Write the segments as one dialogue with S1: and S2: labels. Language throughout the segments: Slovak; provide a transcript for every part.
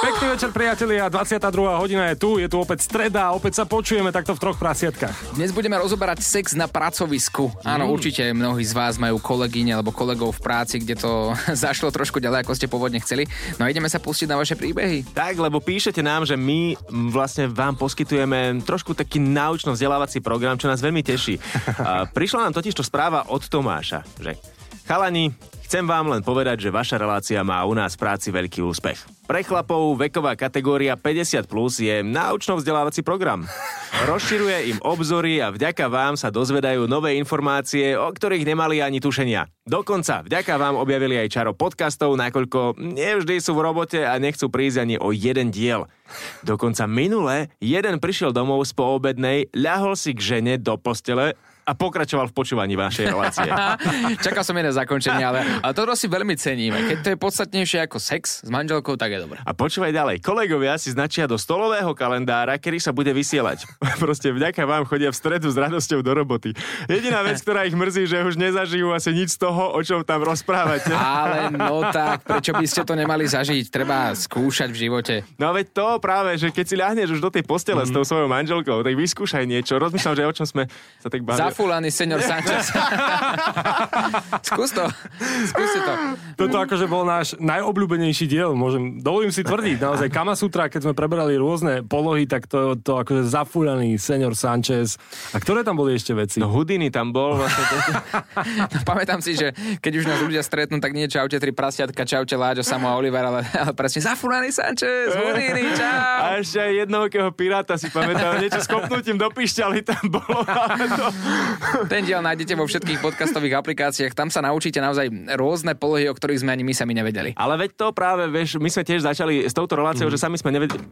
S1: Pekný večer, priatelia. 22. hodina je tu, je tu opäť streda, opäť sa počujeme takto v troch prasiatkách.
S2: Dnes budeme rozoberať sex na pracovisku. Áno, mm. určite mnohí z vás majú kolegyne alebo kolegov v práci, kde to zašlo trošku ďalej, ako ste pôvodne chceli. No ideme sa pustiť na vaše príbehy.
S3: Tak, lebo píšete nám, že my vlastne vám poskytujeme trošku taký naučno-vzdelávací program, čo nás veľmi teší. Prišla nám totiž to správa od Tomáša, že Chalani, chcem vám len povedať, že vaša relácia má u nás v práci veľký úspech. Pre chlapov veková kategória 50 plus je naučno vzdelávací program. Rozširuje im obzory a vďaka vám sa dozvedajú nové informácie, o ktorých nemali ani tušenia. Dokonca vďaka vám objavili aj čaro podcastov, nakoľko nevždy sú v robote a nechcú prísť ani o jeden diel. Dokonca minule jeden prišiel domov z poobednej, ľahol si k žene do postele a pokračoval v počúvaní vašej relácie.
S2: Čakal som iné zakončenie, ale, ale toto si veľmi ceníme. Keď to je podstatnejšie ako sex s manželkou, tak je dobré.
S3: A počúvaj ďalej. Kolegovia si značia do stolového kalendára, kedy sa bude vysielať. Proste vďaka vám chodia v stredu s radosťou do roboty. Jediná vec, ktorá ich mrzí, že už nezažijú asi nič z toho, o čom tam rozprávate.
S2: ale no tak, prečo by ste to nemali zažiť? Treba skúšať v živote.
S3: No veď to práve, že keď si ľahneš už do tej postele mm-hmm. s tou svojou manželkou, tak vyskúšaj niečo. Rozmýšľam, že o čom sme sa tak bavili.
S2: Zafulaný senior Sanchez. Skús to. Skúste to.
S1: Toto akože bol náš najobľúbenejší diel, môžem, dovolím si tvrdiť. Naozaj Kama Sutra, keď sme preberali rôzne polohy, tak to, to akože zafúraný senior Sanchez. A ktoré tam boli ešte veci?
S3: No Houdini tam bol. Vlastne to...
S2: no, pamätám si, že keď už nás ľudia stretnú, tak nie čaute tri prasiatka, čaute Láďo, Samo a Oliver, ale, ale presne zafúraný Sanchez, Houdini, čau.
S3: A ešte aj jednohokého piráta si pamätám, niečo s kopnutím do pišťaly tam bolo. Ale to...
S2: Ten diel nájdete vo všetkých podcastových aplikáciách. Tam sa naučíte naozaj rôzne polohy, o ktorých sme ani my sami nevedeli.
S3: Ale veď to práve, vieš, my sme tiež začali s touto reláciou, mm. že sami sme nevedeli.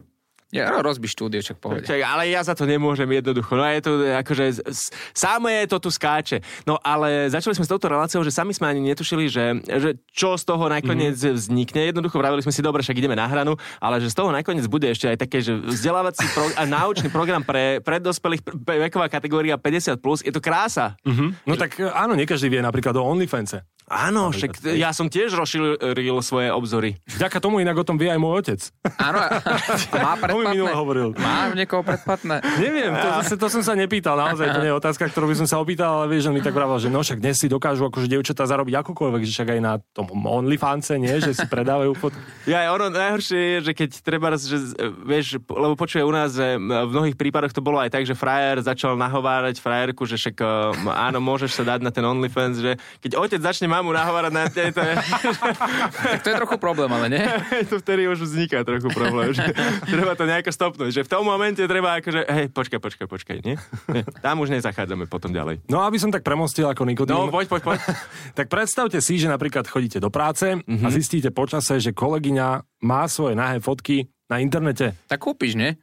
S2: Ja, no, rozbíš štúdio, čak pohode.
S3: Čak, ale ja za to nemôžem jednoducho. No je to akože, samé to tu skáče. No ale začali sme s touto reláciou, že sami sme ani netušili, že, že čo z toho nakoniec mm-hmm. vznikne. Jednoducho vravili sme si, dobre, však ideme na hranu, ale že z toho nakoniec bude ešte aj také, že vzdelávací pro, a náučný program pre, pre dospelých, pre veková kategória 50+, plus, je to krása.
S1: Mm-hmm. No tak áno, nie každý vie napríklad o OnlyFance.
S3: Áno, však ja som tiež rozšíril svoje obzory.
S1: Vďaka tomu inak o tom vie aj môj otec.
S2: Áno, má predplatné.
S1: hovoril.
S2: Má niekoho predplatné.
S1: Neviem, to, zase, to som sa nepýtal, naozaj, to nie je otázka, ktorú by som sa opýtal, ale vieš, on mi tak vravel, že no však dnes si dokážu akože dievčatá zarobiť akokoľvek, že však aj na tom OnlyFance, nie, že si predávajú pod...
S3: Ja, ono najhoršie je, že keď treba, že e, vieš, lebo počuje u nás, že v mnohých prípadoch to bolo aj tak, že frajer začal nahovárať frajerku, že však e, áno, môžeš sa dať na ten OnlyFans, že keď otec začne mať mamu nahovárať na tie, to je...
S2: tak to je trochu problém, ale nie?
S3: to vtedy už vzniká trochu problém, že treba to nejako stopnúť, že v tom momente treba akože, hej, počkaj, počkaj, počkaj, nie? nie? Tam už nezachádzame potom ďalej.
S1: No aby som tak premostil ako Nikodým.
S3: No, poď, poď, poď.
S1: tak predstavte si, že napríklad chodíte do práce
S3: Mhm.
S1: mm-hmm. a zistíte počase, že kolegyňa má svoje nahé fotky na internete.
S2: Tak kúpiš, nie?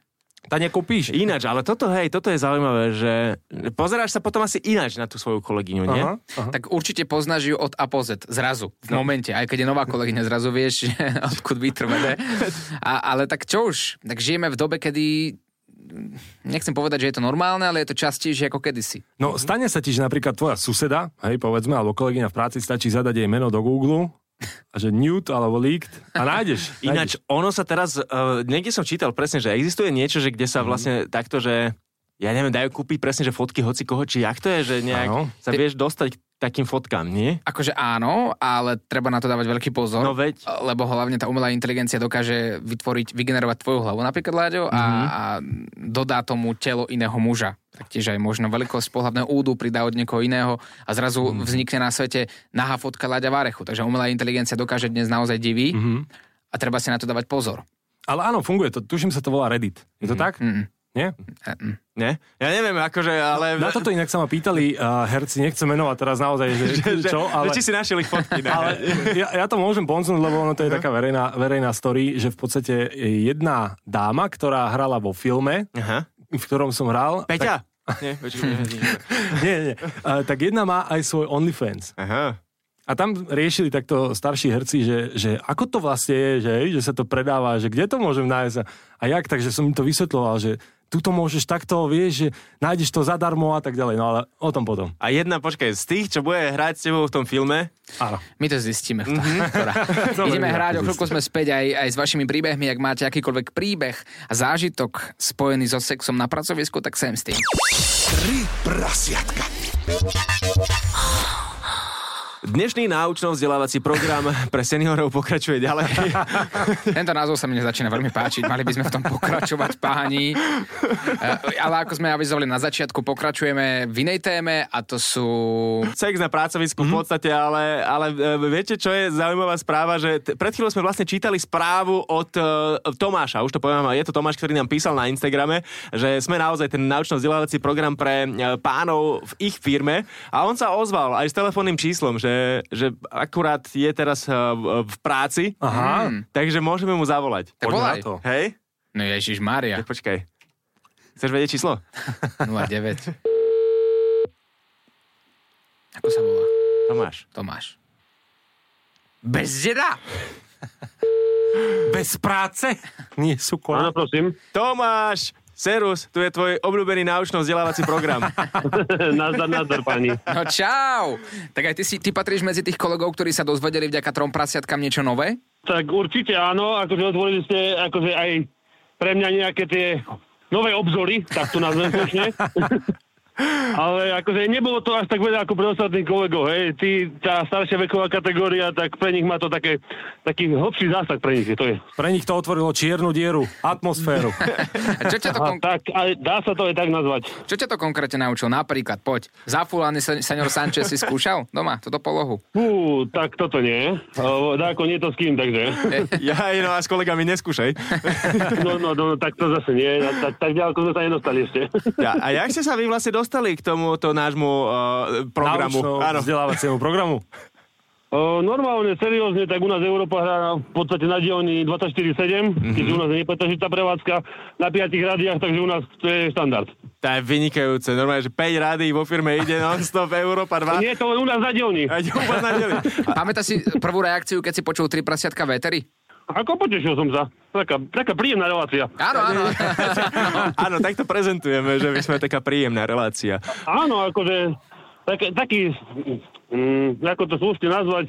S1: Tá nekúpíš.
S3: Ináč, ale toto, hej, toto je zaujímavé, že pozeráš sa potom asi ináč na tú svoju kolegyňu, nie? Aha,
S2: aha. Tak určite poznáš ju od A po Z, zrazu, v no. momente, aj keď je nová kolegyňa, zrazu vieš, odkud vytrvede. A, ale tak čo už, tak žijeme v dobe, kedy nechcem povedať, že je to normálne, ale je to častejšie ako kedysi.
S1: No,
S3: Mhm.
S1: stane sa ti, že napríklad tvoja suseda, hej, povedzme, alebo kolegyňa v práci, stačí zadať jej meno do Google a že newt alebo leaked a nájdeš. nájdeš.
S3: Ináč, ono sa teraz, uh, niekde som čítal presne, že existuje niečo, že kde sa vlastne mm. takto, že ja neviem, dajú kúpiť presne, že fotky hoci koho, či jak to je, že nejak ano. sa vieš dostať k takým fotkám, nie?
S2: Akože áno, ale treba na to dávať veľký pozor.
S3: No veď.
S2: Lebo hlavne tá umelá inteligencia dokáže vytvoriť, vygenerovať tvoju hlavu napríklad, Láďo, mm-hmm. a, a dodá tomu telo iného muža. Taktiež aj možno veľkosť pohľadného údu pridá od niekoho iného a zrazu mm-hmm. vznikne na svete nahá fotka Láďa Várechu. Takže umelá inteligencia dokáže dnes naozaj divý mm-hmm. a treba si na to dávať pozor.
S1: Ale áno, funguje to. Tuším sa to volá Reddit. Je
S3: Mhm,
S1: to mm-hmm. tak?
S2: Mm-hmm.
S1: Nie?
S2: Mm-mm.
S3: Nie? Ja neviem, akože, ale...
S1: Na toto inak sa ma pýtali uh, herci, nechcem menovať teraz naozaj, že, že čo, ale...
S3: Či si našiel ich fotky, ne?
S1: ale ja, ja, to môžem ponznúť, lebo ono to je taká verejná, verejná story, že v podstate jedna dáma, ktorá hrala vo filme, Aha. v ktorom som hral...
S3: Peťa? Tak... Nie, počkej,
S1: nie, nie. Uh, tak jedna má aj svoj OnlyFans.
S3: Aha.
S1: A A tam riešili takto starší herci, že, že ako to vlastne je, že, hej, že sa to predáva, že kde to môžem nájsť a, a jak, takže som im to vysvetloval, že tuto môžeš takto, vieš, že nájdeš to zadarmo a tak ďalej, no ale o tom potom.
S3: A jedna, počkaj, z tých, čo bude hrať s tebou v tom filme,
S1: Áno.
S2: My to zistíme. v tom. Teda.
S1: Dobre,
S2: Ideme
S1: dobre,
S2: hrať,
S1: zistíme.
S2: o chvíľku sme späť aj, aj s vašimi príbehmi. Ak máte akýkoľvek príbeh a zážitok spojený so sexom na pracovisku, tak sem s tým.
S4: Tri prasiatka.
S3: dnešný náučno-vzdelávací program pre seniorov pokračuje ďalej.
S2: Tento názov sa mi začína veľmi páčiť. Mali by sme v tom pokračovať, páni. Eh, Ale ako sme avizovali na začiatku, pokračujeme v inej téme a to sú...
S3: Sex na
S1: Mhm.
S3: pracovisku v podstate, ale, ale e, viete, čo je zaujímavá správa, že t- pred chvíľou sme vlastne čítali správu od uh, Tomáša, už to poviem, je to Tomáš, ktorý nám písal na Instagrame, že sme naozaj ten naučno-vzdelávací program pre e, pánov v ich firme a on sa ozval aj s telefónnym číslom, že, že akurát je teraz e, v- v práci,
S1: Aha,
S3: takže môžeme mu zavolať.
S2: Hmm. Tak
S1: poďme
S2: volaj.
S1: na to.
S3: Hej?
S2: No Ježiš Mária,
S3: Tak počkaj. Chceš vedieť číslo?
S2: 09. Ako sa volá?
S3: Tomáš.
S2: Tomáš. Bezdeda!
S1: Bez práce? Nie, súkola.
S5: Áno, prosím.
S3: Tomáš! Serus, tu je tvoj obľúbený naučno-vzdelávací program.
S5: nazdar, nazdar, pani.
S2: No čau! Tak aj ty, si, ty patríš medzi tých kolegov, ktorí sa dozvedeli vďaka trom prasiatkám niečo nové?
S5: Tak určite áno, akože otvorili ste akože aj pre mňa nejaké tie nové obzory, tak to nazvem slušne. Ale akože nebolo to až tak veľa ako pre ostatných kolegov, hej. Ty, tá staršia veková kategória, tak pre nich má to také, taký hlbší zásah pre nich, je, to je.
S1: Pre nich to otvorilo čiernu dieru, atmosféru.
S2: A čo ťa to,
S5: A
S2: kon-
S5: tak, ale dá sa to aj tak nazvať.
S2: čo ťa to konkrétne naučil? Napríklad, poď. Zafúlaný sen- senior Sanchez si skúšal doma túto polohu?
S5: Fú, tak toto nie. Lebo Dáko nie je to s kým, takže.
S3: Ja, no a s kolegami neskúšaj.
S5: No, no, no, tak to zase nie. Tak, tak ďaleko sme sa nedostali ešte.
S3: Ja, a jak ste sa vy vlastne dostali k tomuto nášmu uh, programu? Áno.
S1: Vzdelávaciemu programu.
S5: O, normálne, seriózne, tak u nás Európa hrá v podstate na dielni 24-7, mm-hmm. keďže u nás je nepretržitá prevádzka na piatich radiách, takže u nás to je štandard.
S3: To je vynikajúce. Normálne, že 5 rady vo firme ide non-stop Európa 2.
S5: Nie, to len u nás na dielni.
S3: A ide úplne na deli.
S2: Pamätáš si prvú reakciu, keď si počul tri prasiatka vetery?
S5: Ako potešil som sa. Taká, taká príjemná relácia.
S2: Áno, áno.
S3: Áno, tak to prezentujeme, že my sme taká príjemná relácia.
S5: Áno, akože tak, taký, mm, ako to slušne nazvať,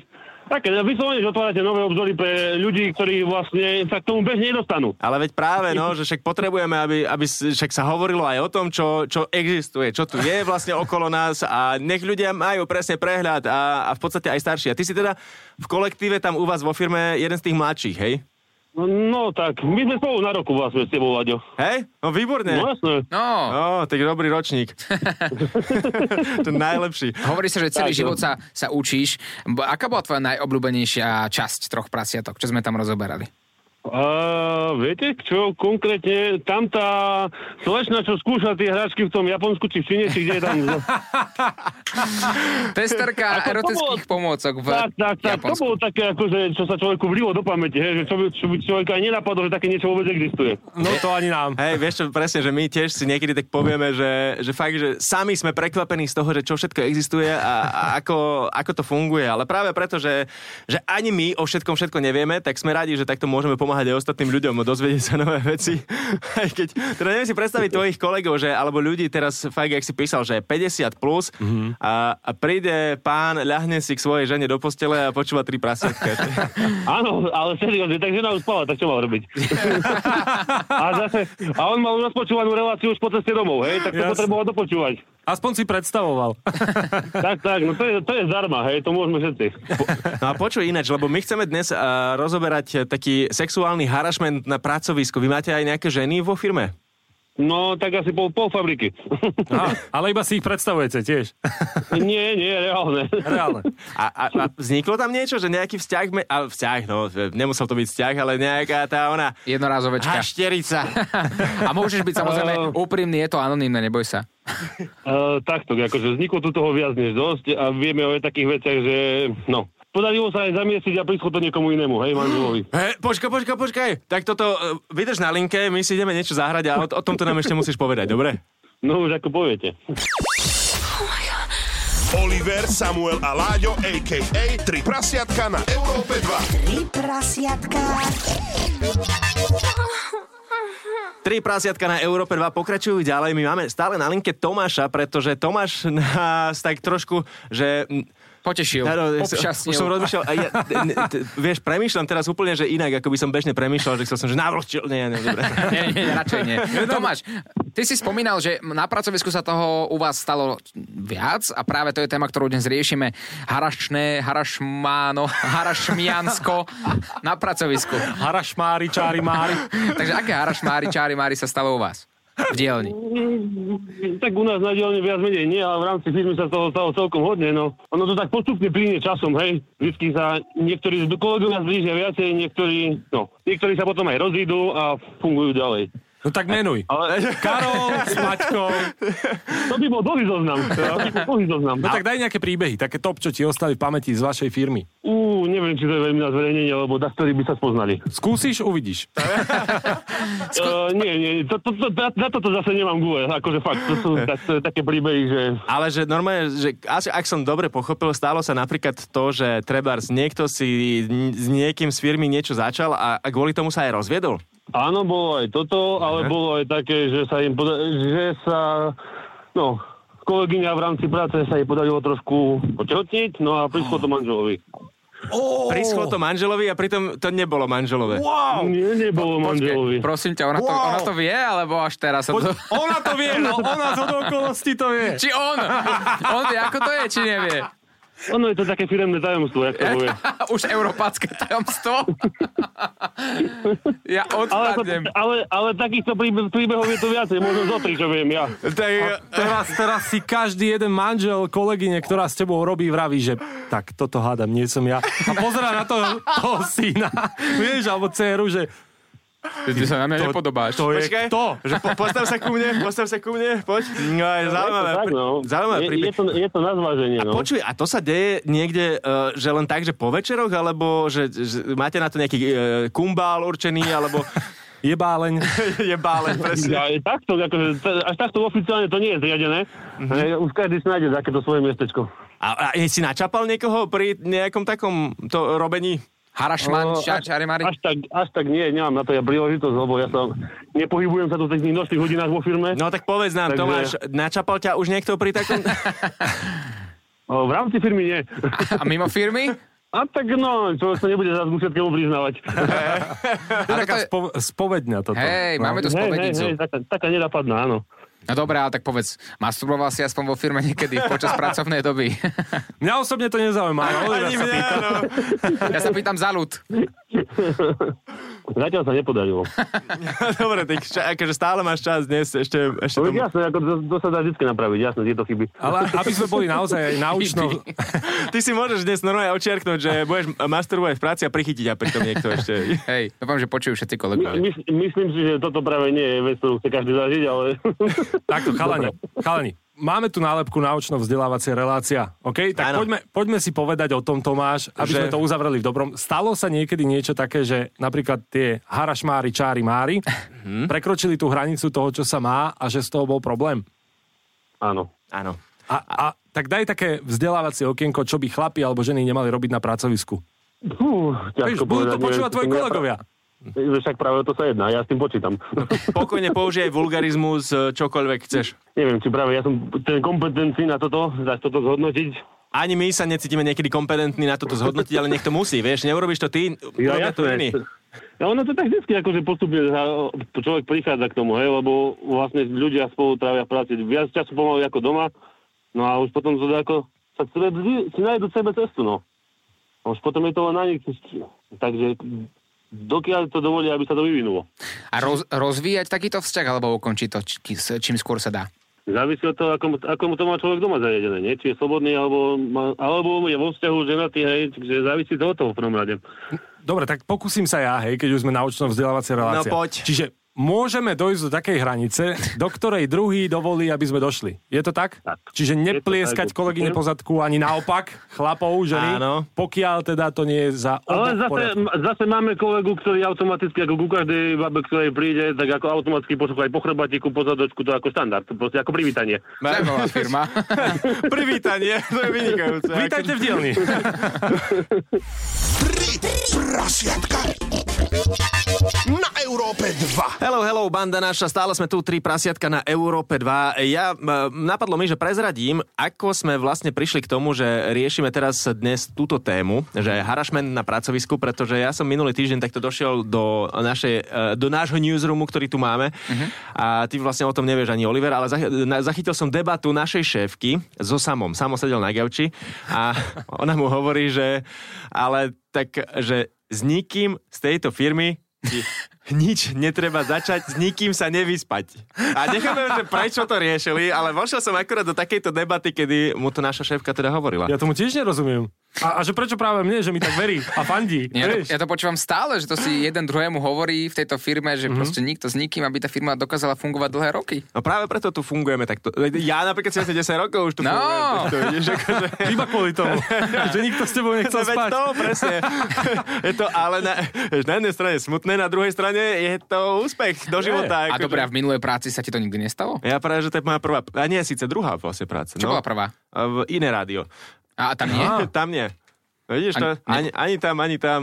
S5: také vyslovene, že otvárate nové obzory pre ľudí, ktorí vlastne sa k tomu bežne nedostanú.
S3: Ale veď práve, no, že však potrebujeme, aby, aby s- však sa hovorilo aj o tom, čo, čo existuje, čo tu je vlastne okolo nás a nech ľudia majú presne prehľad a, a v podstate aj starší. A ty si teda v kolektíve tam u vás vo firme jeden z tých mladších, hej?
S5: No tak, my sme spolu na roku vlastne s tebou, Láďo.
S3: Hej? No výborne.
S5: No jasné.
S2: No.
S3: Ó, tak dobrý ročník. to najlepší.
S2: Hovorí sa, že celý
S5: Tak, no.
S2: život sa, sa učíš. B- Aká bola tvoja najobľúbenejšia časť troch prasiatok, čo sme tam rozoberali?
S5: A viete, čo konkrétne tam tá slečna, čo skúša tie hračky v tom Japonsku či v Číne, či kde je tam...
S2: Testerka
S5: Ako to
S2: erotických pomôcok v
S5: tak, tak, tak, to
S2: Japonsku.
S5: bolo také, akože, čo sa človeku vlilo do pamäti, hej, že čo by, čo by človeka aj nenapadlo, že také niečo vôbec existuje.
S1: No to ani nám.
S3: Hej, vieš čo, presne, že my tiež si niekedy tak povieme, že, že fakt, že sami sme prekvapení z toho, že čo všetko existuje a, a ako, ako to funguje. Ale práve preto, že, že ani my o všetkom všetko nevieme, tak sme radi, že takto môžeme pomáhať aj ostatným ľuďom dozvedieť sa nové veci. Aj keď, teda neviem si predstaviť tvojich kolegov, že, alebo ľudí teraz, fakt, jak si písal, že je 50 plus mm-hmm. a, a príde pán, ľahne si k svojej žene do postele a počúva tri prasiatka.
S5: Áno, ale seriózne, tak žena už spala, tak čo mal robiť? a zase, a on mal rozpočúvanú reláciu už po ceste domov, hej, tak to
S1: Jasne.
S5: potreboval dopočúvať.
S1: Aspoň si predstavoval.
S5: Tak, tak, no to je, to je zdarma, hej, to môžeme všetci.
S3: No a počuj ináč, lebo my chceme dnes uh, rozoberať eh, taký sexuálny harašment na pracovisku. Vy máte aj nejaké ženy vo firme?
S5: No, tak asi pol, pol fabriky.
S1: Aha, ale iba si ich predstavujete tiež.
S5: nie, nie, reálne.
S1: Reálne.
S3: A, a, a vzniklo tam niečo, že nejaký vzťah, me, a vzťah, no e, nemusel to byť vzťah, ale nejaká tá ona
S2: Jednorázovečka.
S3: hašterica.
S2: A môžeš byť samozrejme
S5: Eh.
S2: úprimný, je to anonimné, neboj sa.
S5: Uh, takto, akože vzniklo tu toho viac než dosť a vieme o takých veciach, že no. Podarilo sa aj zamiesiť a prišlo to niekomu inému, hej, manželovi.
S3: He, počkaj, počkaj, počkaj. Tak toto, e, vydrž na linke, my si ideme niečo zahrať a o, o tomto nám ešte musíš povedať, dobre?
S5: No už ako poviete.
S6: Oliver, Samuel a Láďo, a.k.a. Tri prasiatka na Európe 2.
S7: Tri prasiatka.
S3: Tri prasiatka na Európe 2 pokračujú ďalej. My máme stále na linke Tomáša, pretože Tomáš nás tak trošku, že...
S2: Potešil,
S3: Áno, ja som-
S2: občasnil.
S3: Už som rozmýšľal, a ja, ne, t- vieš, premýšľam teraz úplne, že inak, ako by som bežne premýšľal, že chcel som, že navlčil, nie, nie, dobre.
S2: nie, nie, nie, radšej nie. Tomáš, ty si spomínal, že na pracovisku sa toho u vás stalo viac a práve to je téma, ktorú dnes riešime. Harašné, harašmáno, harašmiansko na pracovisku.
S1: Harašmári, čári, mári.
S2: Takže aké harašmári, čári, mári sa stalo u vás? V dielni.
S5: Tak u nás na dielne viac menej nie, ale v rámci firmy sa toho stalo celkom hodne. No. Ono to tak postupne plyne časom, hej. Vždycky sa niektorí do kolegovia zblížia viacej, niektorí, no, niektorí sa potom aj rozídu a fungujú ďalej.
S1: No tak menuj.
S5: Ale
S1: Karol s Maťkou.
S5: to by bol dlhý zoznam. teda, To by bol dlhý zoznam.
S1: No tak daj nejaké príbehy, také top, čo ti ostali v pamäti z vašej firmy.
S5: Ú, neviem, či to je veľmi na zverejnenie, lebo da, ktorí by sa spoznali.
S1: Skúsiš, uvidíš.
S5: Uh, nie, nie, to, to, to, na, na toto zase nemám gule, akože fakt, to sú, tak, to je také príbehy, že...
S3: Ale že normálne, že asi, ak som dobre pochopil, stalo sa napríklad to, že Trebars niekto si n- s niekým z firmy niečo začal a, a kvôli tomu sa aj rozviedol.
S5: Áno, bolo aj toto, ale bolo aj také, že sa im poda- že sa, no, kolegyňa v rámci práce sa jej podarilo trošku otehotniť, no a prišlo to manželovi.
S3: Oh. Prischlo to manželovi a pritom to nebolo manželové.
S1: Wow!
S5: Nie, nebolo manželovi.
S2: Prosím ťa, ona to,
S1: Wow.
S2: ona to vie, alebo až teraz sa to...
S1: Poď, ona to vie, no ona z okolností to vie.
S2: Či on? On vie, ako to je, či nevie?
S5: Ono je to také firemné tajomstvo, jak to povie.
S2: Už európske tajomstvo. Ja
S5: Ale, to,
S2: odpadnem.
S5: ale, ale takýchto príbe- príbehov je to viacej, možno zo tri, čo viem ja.
S3: Tak,
S1: Teraz, teraz si každý jeden manžel kolegyne, ktorá s tebou robí, vraví, že tak, toto hádam, nie som ja. A pozera na toho, toho syna, vieš, alebo dceru, že
S2: Ty sa na mňa nepodobáš.
S1: to je
S3: Počkaj,
S1: kto?
S3: Že po, postav sa ku mne, postav sa ku mne, poď. No, je zaujímavé,
S5: tak, no.
S3: zaujímavé
S5: je,
S3: príbeh.
S5: je, to, je to na zváženie, no.
S3: Počuj, a to sa deje niekde, uh, že len tak, že po večeroch, alebo že, že máte na to nejaký uh, kumbál určený, alebo
S1: Je báleň.
S3: je báleň, presne.
S5: Ja, je takto, akože, t- až takto oficiálne to nie je zriadené. Mm-hmm. Už každý si nájde takéto svoje miestečko.
S3: A, a si načapal niekoho pri nejakom takom to robení?
S2: Harašman,
S5: O,
S2: ča- čari, mari.
S5: No, Až tak, až tak nie, nemám na to ja príležitosť, lebo ja sa nepohybujem sa tu v tých nočných hodinách vo firme.
S3: No tak povedz nám, Takže...
S5: Takže-
S3: Tomáš, načapal ťa už niekto pri takom...
S5: O, V rámci firmy nie.
S2: A mimo firmy?
S5: A tak no, to sa nebude zase musieť komu priznávať.
S1: To je
S2: Ale to
S1: taká
S2: je-
S1: spo, No. spovedňa toto.
S2: Hej, máme tu
S5: hej, hej, hej,
S2: spovednicu.
S5: taká, taká nenapadná, áno.
S2: No dobré, ale tak povedz, masturboval si aspoň vo firme niekedy počas pracovnej doby.
S1: Mňa osobne to nezaujíma, ale Oliver sa pýta.
S3: no.
S2: Ja sa pýtam za ľud.
S5: Zatiaľ sa nepodarilo.
S3: Dobre, tak ča, akože stále máš čas dnes ešte... ešte
S5: To
S3: tomu...
S5: jasné, ako to, to sa dá vždy napraviť, jasné, tieto chyby.
S1: Ale aby sme boli naozaj aj naučno,
S3: Ty si môžeš dnes normálne očiarknúť, že budeš masturbovať v práci a prichytiť a pritom niekto ešte...
S2: Hej, dúfam, že počujú všetci
S5: My,
S2: kolegovia.
S5: mys- myslím si, že toto práve nie je vec, ktorú chce každý zažiť, ale...
S1: Takto, chalani, chalani. Máme tu nálepku naučno-vzdelávacia relácia, OK? Tak
S3: Áno.
S1: poďme, poďme si povedať o tom, Tomáš, aby
S3: Že-
S1: že... sme to uzavreli v dobrom. Stalo sa niekedy niečo také, že napríklad tie harašmári, čári, mári
S2: Mhm.
S1: prekročili tú hranicu toho, čo sa má a že z toho bol problém.
S5: Áno.
S3: Áno.
S1: A, a tak daj také vzdelávacie okienko, čo by chlapi alebo ženy nemali robiť na pracovisku.
S5: Fú,
S1: Vieš,
S5: ťažko
S1: budú to
S5: povedať,
S1: počúvať
S5: neviem,
S1: tvoji
S5: ja pra-
S1: kolegovia.
S5: Že Však práve o to sa jedná, ja s tým počítam.
S3: Pokojne použij aj vulgarizmus, e, čokoľvek chceš.
S5: Neviem, či práve ja som ten kompetencií na toto, za toto zhodnotiť.
S1: No,
S3: Ani my sa necítime niekedy kompetentní na toto zhodnotiť, ale niekto musí, vieš, neurobiš to ty, robia to iní.
S5: Ja ono to tak vždy akože postupne za- človek prichádza k tomu, hej, lebo vlastne ľudia spolu trávia v práci viac času pomaly ako doma, no a už potom to dá ako sa cre- vždy si nájdu sebe cestu, no. A už potom je to len na nich. Takže dokiaľ to dovolia, aby sa to vyvinulo.
S2: A roz, rozvíjať takýto vzťah, alebo ukončiť to, či, s- čím skôr sa dá.
S5: Závisí od toho, ako, mu- ako mu to má človek doma zariadené, nie? Či je slobodný, alebo, má, alebo je vo vzťahu ženatý, hej, takže závisí to od toho v prvom rade.
S1: Dobre, tak pokúsim sa ja, hej, keď už sme naučno vzdelávacia relácia.
S3: No poď.
S1: Čiže môžeme dojsť do takej hranice, do ktorej druhý dovolí, aby sme došli. Je to tak?
S5: Tak.
S1: Čiže
S5: Je
S1: neplieskať
S5: to tak,
S1: kolegyne
S5: určite.
S1: po zadku, ani naopak, chlapov, ženy,
S3: Áno.
S1: pokiaľ teda to nie je za
S5: Ale
S1: oboch v
S5: zase,
S1: poriadku.
S5: m- zase máme kolegu, ktorý automaticky, ako ku každej babe, ktorej príde, tak ako automaticky pošúka aj po chrbatiku, po zadočku, to ako štandard, to proste ako privítanie.
S2: Zaujímavá firma.
S3: Privítanie, to je vynikajúce.
S1: Vítajte v dielni.
S4: Tri prasiatka na Európe 2.
S3: Hello, hello, banda naša, stále sme tu, tri prasiatka na Európe 2. Ja, m, napadlo mi, že prezradím, ako sme vlastne prišli k tomu, že riešime teraz dnes túto tému, že harašment na pracovisku, pretože ja som minulý týždeň takto došiel do, našej, e, do nášho newsroomu, ktorý tu máme uh-huh. a ty vlastne o tom nevieš ani Oliver, ale zach- na- zachytil som debatu našej šéfky so Samom. Samo sedel na gauči a ona mu hovorí, že ale tak, že s nikým z tejto firmy ti nič netreba začať, s nikým sa nevyspať. A nechápem, že prečo to riešili, ale vošiel som akurát do takejto debaty, kedy mu to naša šéfka teda hovorila.
S1: Ja tomu tiež nerozumiem. A, a že prečo práve mne, že mi tak verí a fandí.
S2: Ja to,
S1: vieš?
S2: ja to počúvam stále, že to si jeden druhému hovorí v tejto firme, že mm-hmm. proste nikto s nikým, aby tá firma dokázala fungovať dlhé roky.
S3: No práve preto tu fungujeme takto. Ja napríklad si asi 10 rokov už tu
S2: No.
S3: fungujem. takto, vidíš, akože...
S1: Iba kvôli tomu, že nikto s tebou nechcel
S3: Veď
S1: spať.
S3: to, presne. je to ale na, na jednej strane smutné, na druhej strane je to úspech do života.
S2: A
S3: akože.
S2: dobre, a v minulej práci sa ti to nikdy nestalo?
S3: Ja práve, že to je moja prvá, a nie, síce druhá vlastne práca.
S2: Čo
S1: No.
S2: bola prvá?
S3: V iné rádio.
S2: A, a tam nie?
S3: Nie, tam nie. Vidíš,
S2: Ani-
S3: to, ani, ani tam, ani tam.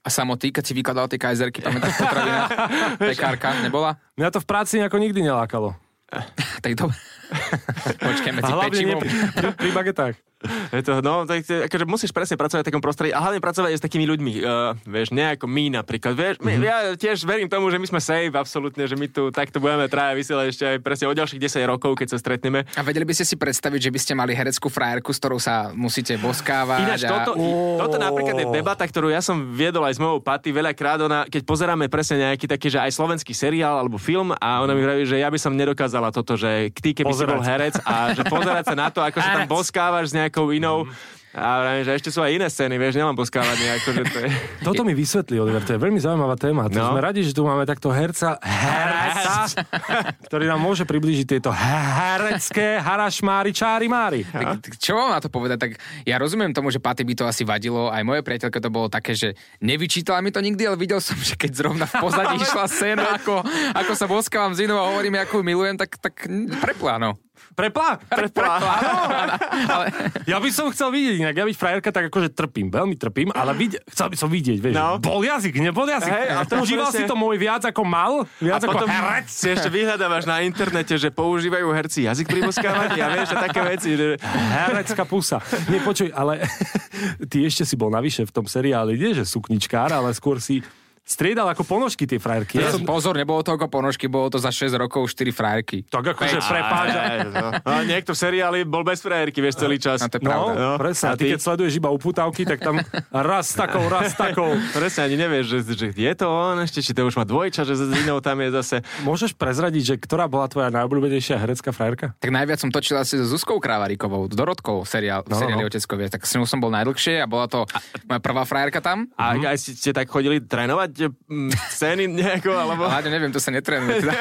S2: A samo ty, keď si vykladal tie kajzerky, pamätáš potravina? Pekárka nebola?
S1: Mňa to v práci nejako nikdy nelákalo.
S2: Tak dobre. Počkaj,
S1: A
S2: medzi
S1: hlavne nie
S2: pečivom.
S1: pri, pri bagetách.
S3: Je to, no, tak, to- akože musíš presne pracovať v takom prostredí a hlavne pracovať aj s takými ľuďmi. Uh, vieš, nie ako my napríklad. Vieš, my, ja tiež verím tomu, že my sme safe absolútne, že my tu takto budeme traja vysielať ešte aj presne o ďalších 10 rokov, keď sa stretneme.
S2: A vedeli by ste si predstaviť, že by ste mali hereckú frajerku, s ktorou sa musíte boskávať?
S3: Ináč,
S2: a...
S3: toto, toto napríklad je debata, ktorú ja som viedol aj s mojou paty veľakrát, ona, keď pozeráme presne nejaký taký, že aj slovenský seriál alebo film a ona mi vraví, že ja by som nedokázala toto, že ty, keby si
S1: Pozerať.
S3: bol herec a že pozerať sa na to, ako sa tam boskávaš s nejakou inou. A vravím, že ešte sú aj iné scény, vieš, nemám boskávať nejako, že to je...
S1: Toto mi vysvetlí, Oliver, to je veľmi zaujímavá téma. To
S3: No.
S1: Sme radi, že tu máme takto herca, herca, ktorý nám môže priblížiť tieto herecké harašmári, čári, mári.
S2: Tak, tak čo mám na to povedať? Tak ja rozumiem tomu, že Paty by to asi vadilo. Aj moje priateľke to bolo také, že nevyčítala mi to nikdy, ale videl som, že keď zrovna v pozadí išla scéna, ako, ako sa boskávam s inou a hovorím, ako ju milujem, tak, tak preplá, no.
S1: Preplá?
S2: Preplá. ale,
S1: Ja by som chcel vidieť inak. Ja byť frajerka, tak akože trpím, veľmi trpím, ale vid- chcel by som vidieť, vieš. No.
S3: No.
S1: Bol jazyk, nebol jazyk.
S3: Hej, a to
S1: Užíval si
S3: presne-
S1: to môj viac ako mal, viac ako herec.
S3: si ešte vyhľadávaš na internete, že používajú herci jazyk pri boskávaní a vieš, a také veci. Že...
S1: Herecká pusa. Nie, počuj, ale ty ešte si bol navyše v tom seriáli, nie že sukničkár, ale skôr si striedal ako ponožky tie frajerky. Ja som...
S2: pozor, nebolo to ako ponožky, bolo to za 6 rokov 4 frajerky.
S1: Tak akože prepáč.
S3: Aj, no. A niekto v seriáli bol bez frajerky, vieš, celý
S2: No
S3: čas.
S2: to je
S1: No,
S2: pravda.
S1: no,
S3: A
S1: presne. A ty,
S3: ty?
S1: keď sleduješ iba uputavky, tak tam raz takou, raz takou.
S3: Presne ani nevieš, že, že je to on ešte, či to už má dvojča, že s inou tam je zase.
S1: Môžeš prezradiť, že ktorá bola tvoja najobľúbenejšia herecká frajerka?
S2: Tak najviac som točil asi so Zuzkou Krávarikovou, Dorotkou, seriál, no,
S1: no.
S2: seriáli no. Oteckovia. Tak s ňou som bol najdlhšie a bola to moja prvá frajerka tam.
S3: A aj si- ste tak chodili trénovať e, m, scény nejako, alebo
S2: Ale Láďo, neviem, to sa netrenuje. Teda.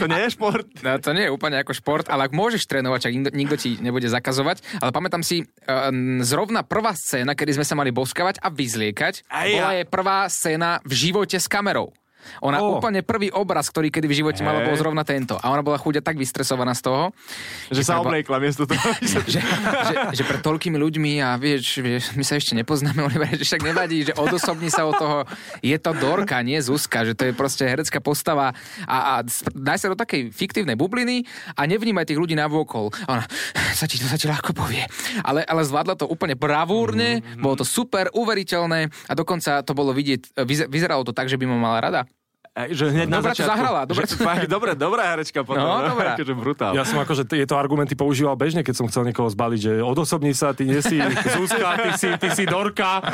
S3: to nie je šport.
S2: No, to nie je úplne ako šport, ale ak môžeš trénovať, ak nikto, nikto ti nebude zakazovať. Ale pamätám si, um, zrovna prvá scéna, kedy sme sa mali boskavať a vyzliekať,
S3: Aj ja.
S2: bola je prvá scéna v živote s kamerou. Ona
S1: Ó.
S2: oh. úplne prvý obraz, ktorý kedy v živote mala,
S3: Hej.
S2: bol zrovna tento. A ona bola chudia tak vystresovaná z toho,
S3: Že sa
S2: treba-
S3: obliekla miesto toho. aby sa-
S2: že, že, že pred toľkými ľuďmi a vieš, vieš my sa ešte nepoznáme, Oliver, že však nevadí, že odosobní sa od toho. Je to Dorka, nie Zuzka, že to je proste herecká postava a, a sp- daj sa do takej fiktívnej bubliny a nevnímaj tých ľudí navôkol. A ona, sa ti to sa ti ľahko povie. Ale, ale zvládla to úplne bravúrne, mm-hmm. bolo to super, uveriteľné a dokonca to bolo vidieť, vyz- vyzeralo to tak, že by ma mala rada.
S3: Aj, že hneď na
S2: Dobre to
S3: začiatku.
S2: zahrala, dobre
S3: Že
S2: to-
S3: fakt, dobre, dobrá herečka potom.
S2: No, dobrá.
S3: Akože brutál.
S1: Ja som akože, tieto argumenty používal bežne, keď som chcel niekoho zbaliť, že odosobni sa, ty nie si Zuzka, ty si, ty si Dorka.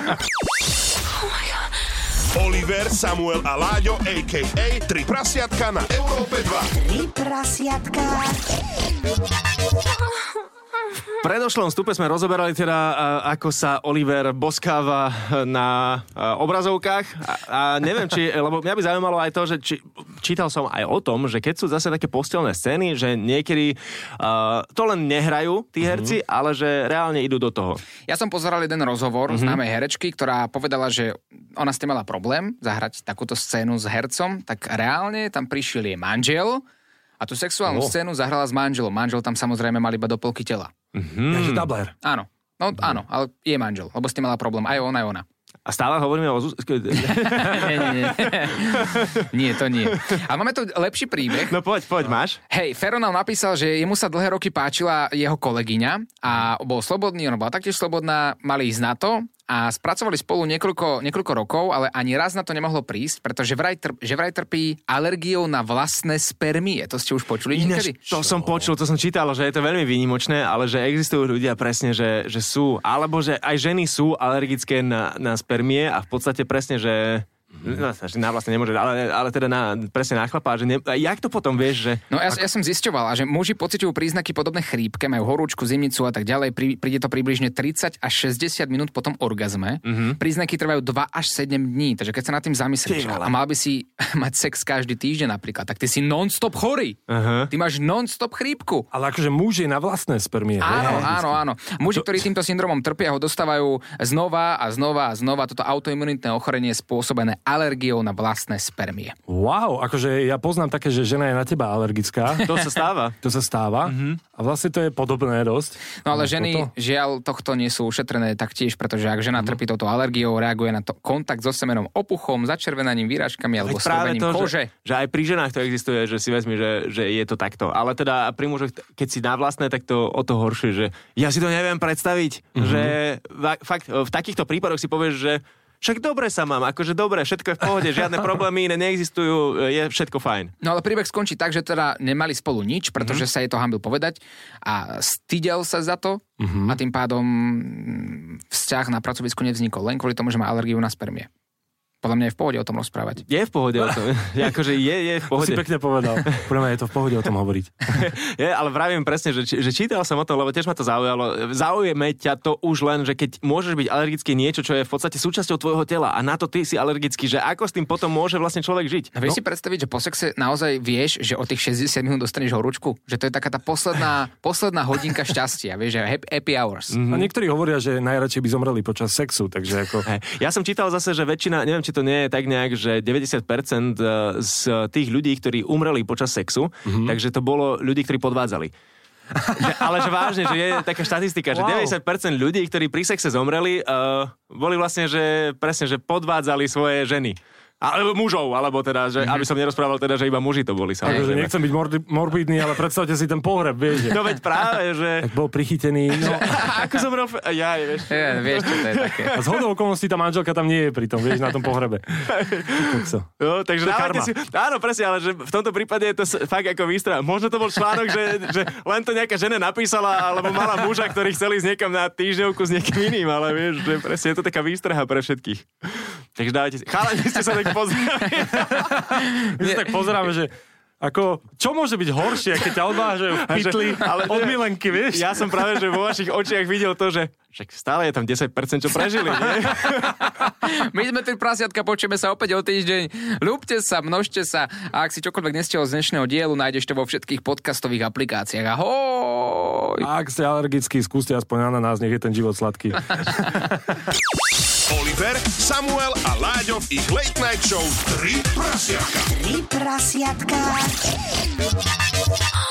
S6: Oliver, Samuel a Láďo, a.k.a. Tri prasiatka na Európe 2.
S7: Tri prasiatka.
S3: predošlom stupe sme rozoberali teda, a, ako sa Oliver boskáva na a, obrazovkách a, a neviem, či, lebo mňa by zaujímalo aj to, že či, čítal som aj o tom, že keď sú zase také postelné scény, že niekedy a, to len nehrajú tí herci, mm-hmm. ale že reálne idú do toho.
S2: Ja som pozeral jeden rozhovor mm-hmm. známej herečky, ktorá povedala, že ona s tým mala problém zahrať takúto scénu s hercom, tak reálne tam prišiel jej manžel a tú sexuálnu
S1: No.
S2: scénu zahrala s manželom. Manžel tam samozrejme mal iba do polky tela.
S1: Mm. Takže dubler.
S2: Áno. No áno, ale je manžel, lebo s tým mala problém. Aj on, aj ona.
S3: A stále hovoríme o... Zuz-
S2: nie, nie, nie. nie, to nie. A máme tu lepší príbeh.
S3: No poď, poď, máš?
S2: Hej, Fero nám napísal, že jemu sa dlhé roky páčila jeho kolegyňa a bol slobodný, ona bola taktiež slobodná, mali ísť na to a spracovali spolu niekoľko, niekoľko rokov, ale ani raz na to nemohlo prísť, pretože vraj, trp, že vraj trpí alergiou na vlastné spermie. To ste už počuli niekedy?
S3: Ináč, to som počul, to som čítal, že je to veľmi výnimočné, ale že existujú ľudia presne, že, že sú, alebo že aj ženy sú alergické na, na spermie a v podstate presne, že No, že na vlastne nemôže, ale, ale teda na, presne na chlapa, že ne, a jak to potom vieš, že...
S2: No ja, ja som zisťoval, že muži pociťujú príznaky podobné chrípke, majú horúčku, zimnicu a tak ďalej. Pri, príde to približne 30 až 60 minút po tom orgazme. Mm-hmm. Príznaky trvajú 2 až 7 dní, takže keď sa nad tým zamyslíš
S3: Mhm. Ty vole.
S2: a mal by si mať sex každý týždeň napríklad, tak ty si non-stop chorý. Uh-huh. Ty máš non-stop chrípku.
S1: Ale akože muž je na vlastné spermie.
S2: Áno,
S1: hej?
S2: áno, áno. Muži, ktorí týmto syndromom trpia, ho dostávajú znova a znova a znova. Toto autoimunitné ochorenie je spôsobené alergiou na vlastné spermie.
S1: Wow, akože ja poznám také, že žena je na teba alergická.
S3: To sa stáva. Mhm.
S1: To sa stáva. A vlastne to je podobné dosť.
S2: No ale
S1: Máš
S2: ženy,
S1: toto?
S2: toto? žiaľ, tohto nie sú ušetrené taktiež, pretože ak
S3: Mhm.
S2: žena trpí touto alergiou, reaguje na to kontakt so semenom opuchom, začervenaním, výražkami alebo
S3: Veď práve
S2: strúbením
S3: to,
S2: kože.
S3: Že, že aj pri ženách to existuje, že si vezmi, že, že je to takto. Ale teda pri mužoch, keď si na vlastné, tak to o to horšie, že ja si to neviem predstaviť,
S1: Mhm.
S3: mm-hmm. že va- fakt v takýchto prípadoch si povieš, že však dobre sa mám, akože dobre, všetko je v pohode, žiadne problémy iné neexistujú, je všetko fajn.
S2: No ale príbeh skončí tak, že teda nemali spolu nič,
S3: Mhm.
S2: pretože mm-hmm. sa jej to hambil povedať a stydel sa za to
S3: Mhm.
S2: mm-hmm. a tým pádom mm, vzťah na pracovisku nevznikol len kvôli tomu, že má alergiu na spermie. Podľa mňa je v pohode o tom rozprávať.
S3: Je v pohode o tom, akože je, je v
S1: To
S3: pohode.
S1: si pekne povedal. Pre mňa je to v pohode o tom hovoriť.
S3: Je, ale vravím presne, že, či- že čítal som o tom, lebo tiež ma to zaujalo. Zaujeme ťa to už len, že keď môžeš byť alergický niečo, čo je v podstate súčasťou tvojho tela a na to ty si alergický, že ako s tým potom môže vlastne človek žiť?
S2: No, vieš si predstaviť, že po sexe naozaj vieš, že o tých 60 minút dostaneš horúčku? Že to je taká tá posledná, posledná hodinka šťastia, vieš, že happy, happy hours.
S3: Mhm.
S1: A niektorí hovoria, že najradšej by zomreli počas sexu, takže ako...
S3: Hej. Ja som čítal zase, že väčšina, neviem, či to nie je tak nejak, že 90% z tých ľudí, ktorí umreli počas sexu, mm-hmm. takže to bolo ľudí, ktorí podvádzali. že, ale že vážne, že je taká štatistika,
S1: Wow.
S3: že 90% ľudí, ktorí pri sexe zomreli, uh, boli vlastne, že presne, že podvádzali svoje ženy. Alebo mužov, alebo teda, že, aby som nerozprával teda, že iba muži to boli
S1: Akože
S3: samozrejme.
S1: nechcem byť mordi- morbidný, ale predstavte si ten pohreb, vieš, že
S3: No veď práve, že...
S1: tak bol prichytený. No.
S3: Ako zomrel... Ja, vieš.
S2: Ja, vieš, čo to je také.
S1: A z hodou okolností tá manželka tam nie je pri tom, vieš, na tom pohrebe. Ty kokso.
S3: No,
S1: To
S3: takže
S1: je karma.
S3: dávajte si... Áno, presne, ale že v tomto prípade je to s- fakt ako výstra. Možno to bol článok, že, že len to nejaká žena napísala, alebo mala muža, ktorý chcel ísť niekam na týždňovku s niekým iným, ale vieš, že presne je to taká výstraha pre všetkých. Takže dávajte si... Chalani ste sa tak pozreli.
S1: My sa tak pozeráme, že ako, čo môže byť horšie, keď ťa odvážajú v pytli ale od
S3: nie,
S1: milenky, vieš?
S3: Ja som práve, že vo vašich očiach videl to, že však stále je tam 10%, čo prežili, nie?
S2: My sme tri prasiatka, počujeme sa opäť o týždeň. Ľúbte sa, množte sa a ak si čokoľvek nestihol z dnešného dielu, nájdeš to vo všetkých podcastových aplikáciách. Ahoj!
S1: Ak ste alergickí, skúste aspoň na nás, nech je ten život sladký.
S4: Oliver, Samuel a Láďo v ich Late Night Show 3 prasiatka.
S7: Tri prasiatka.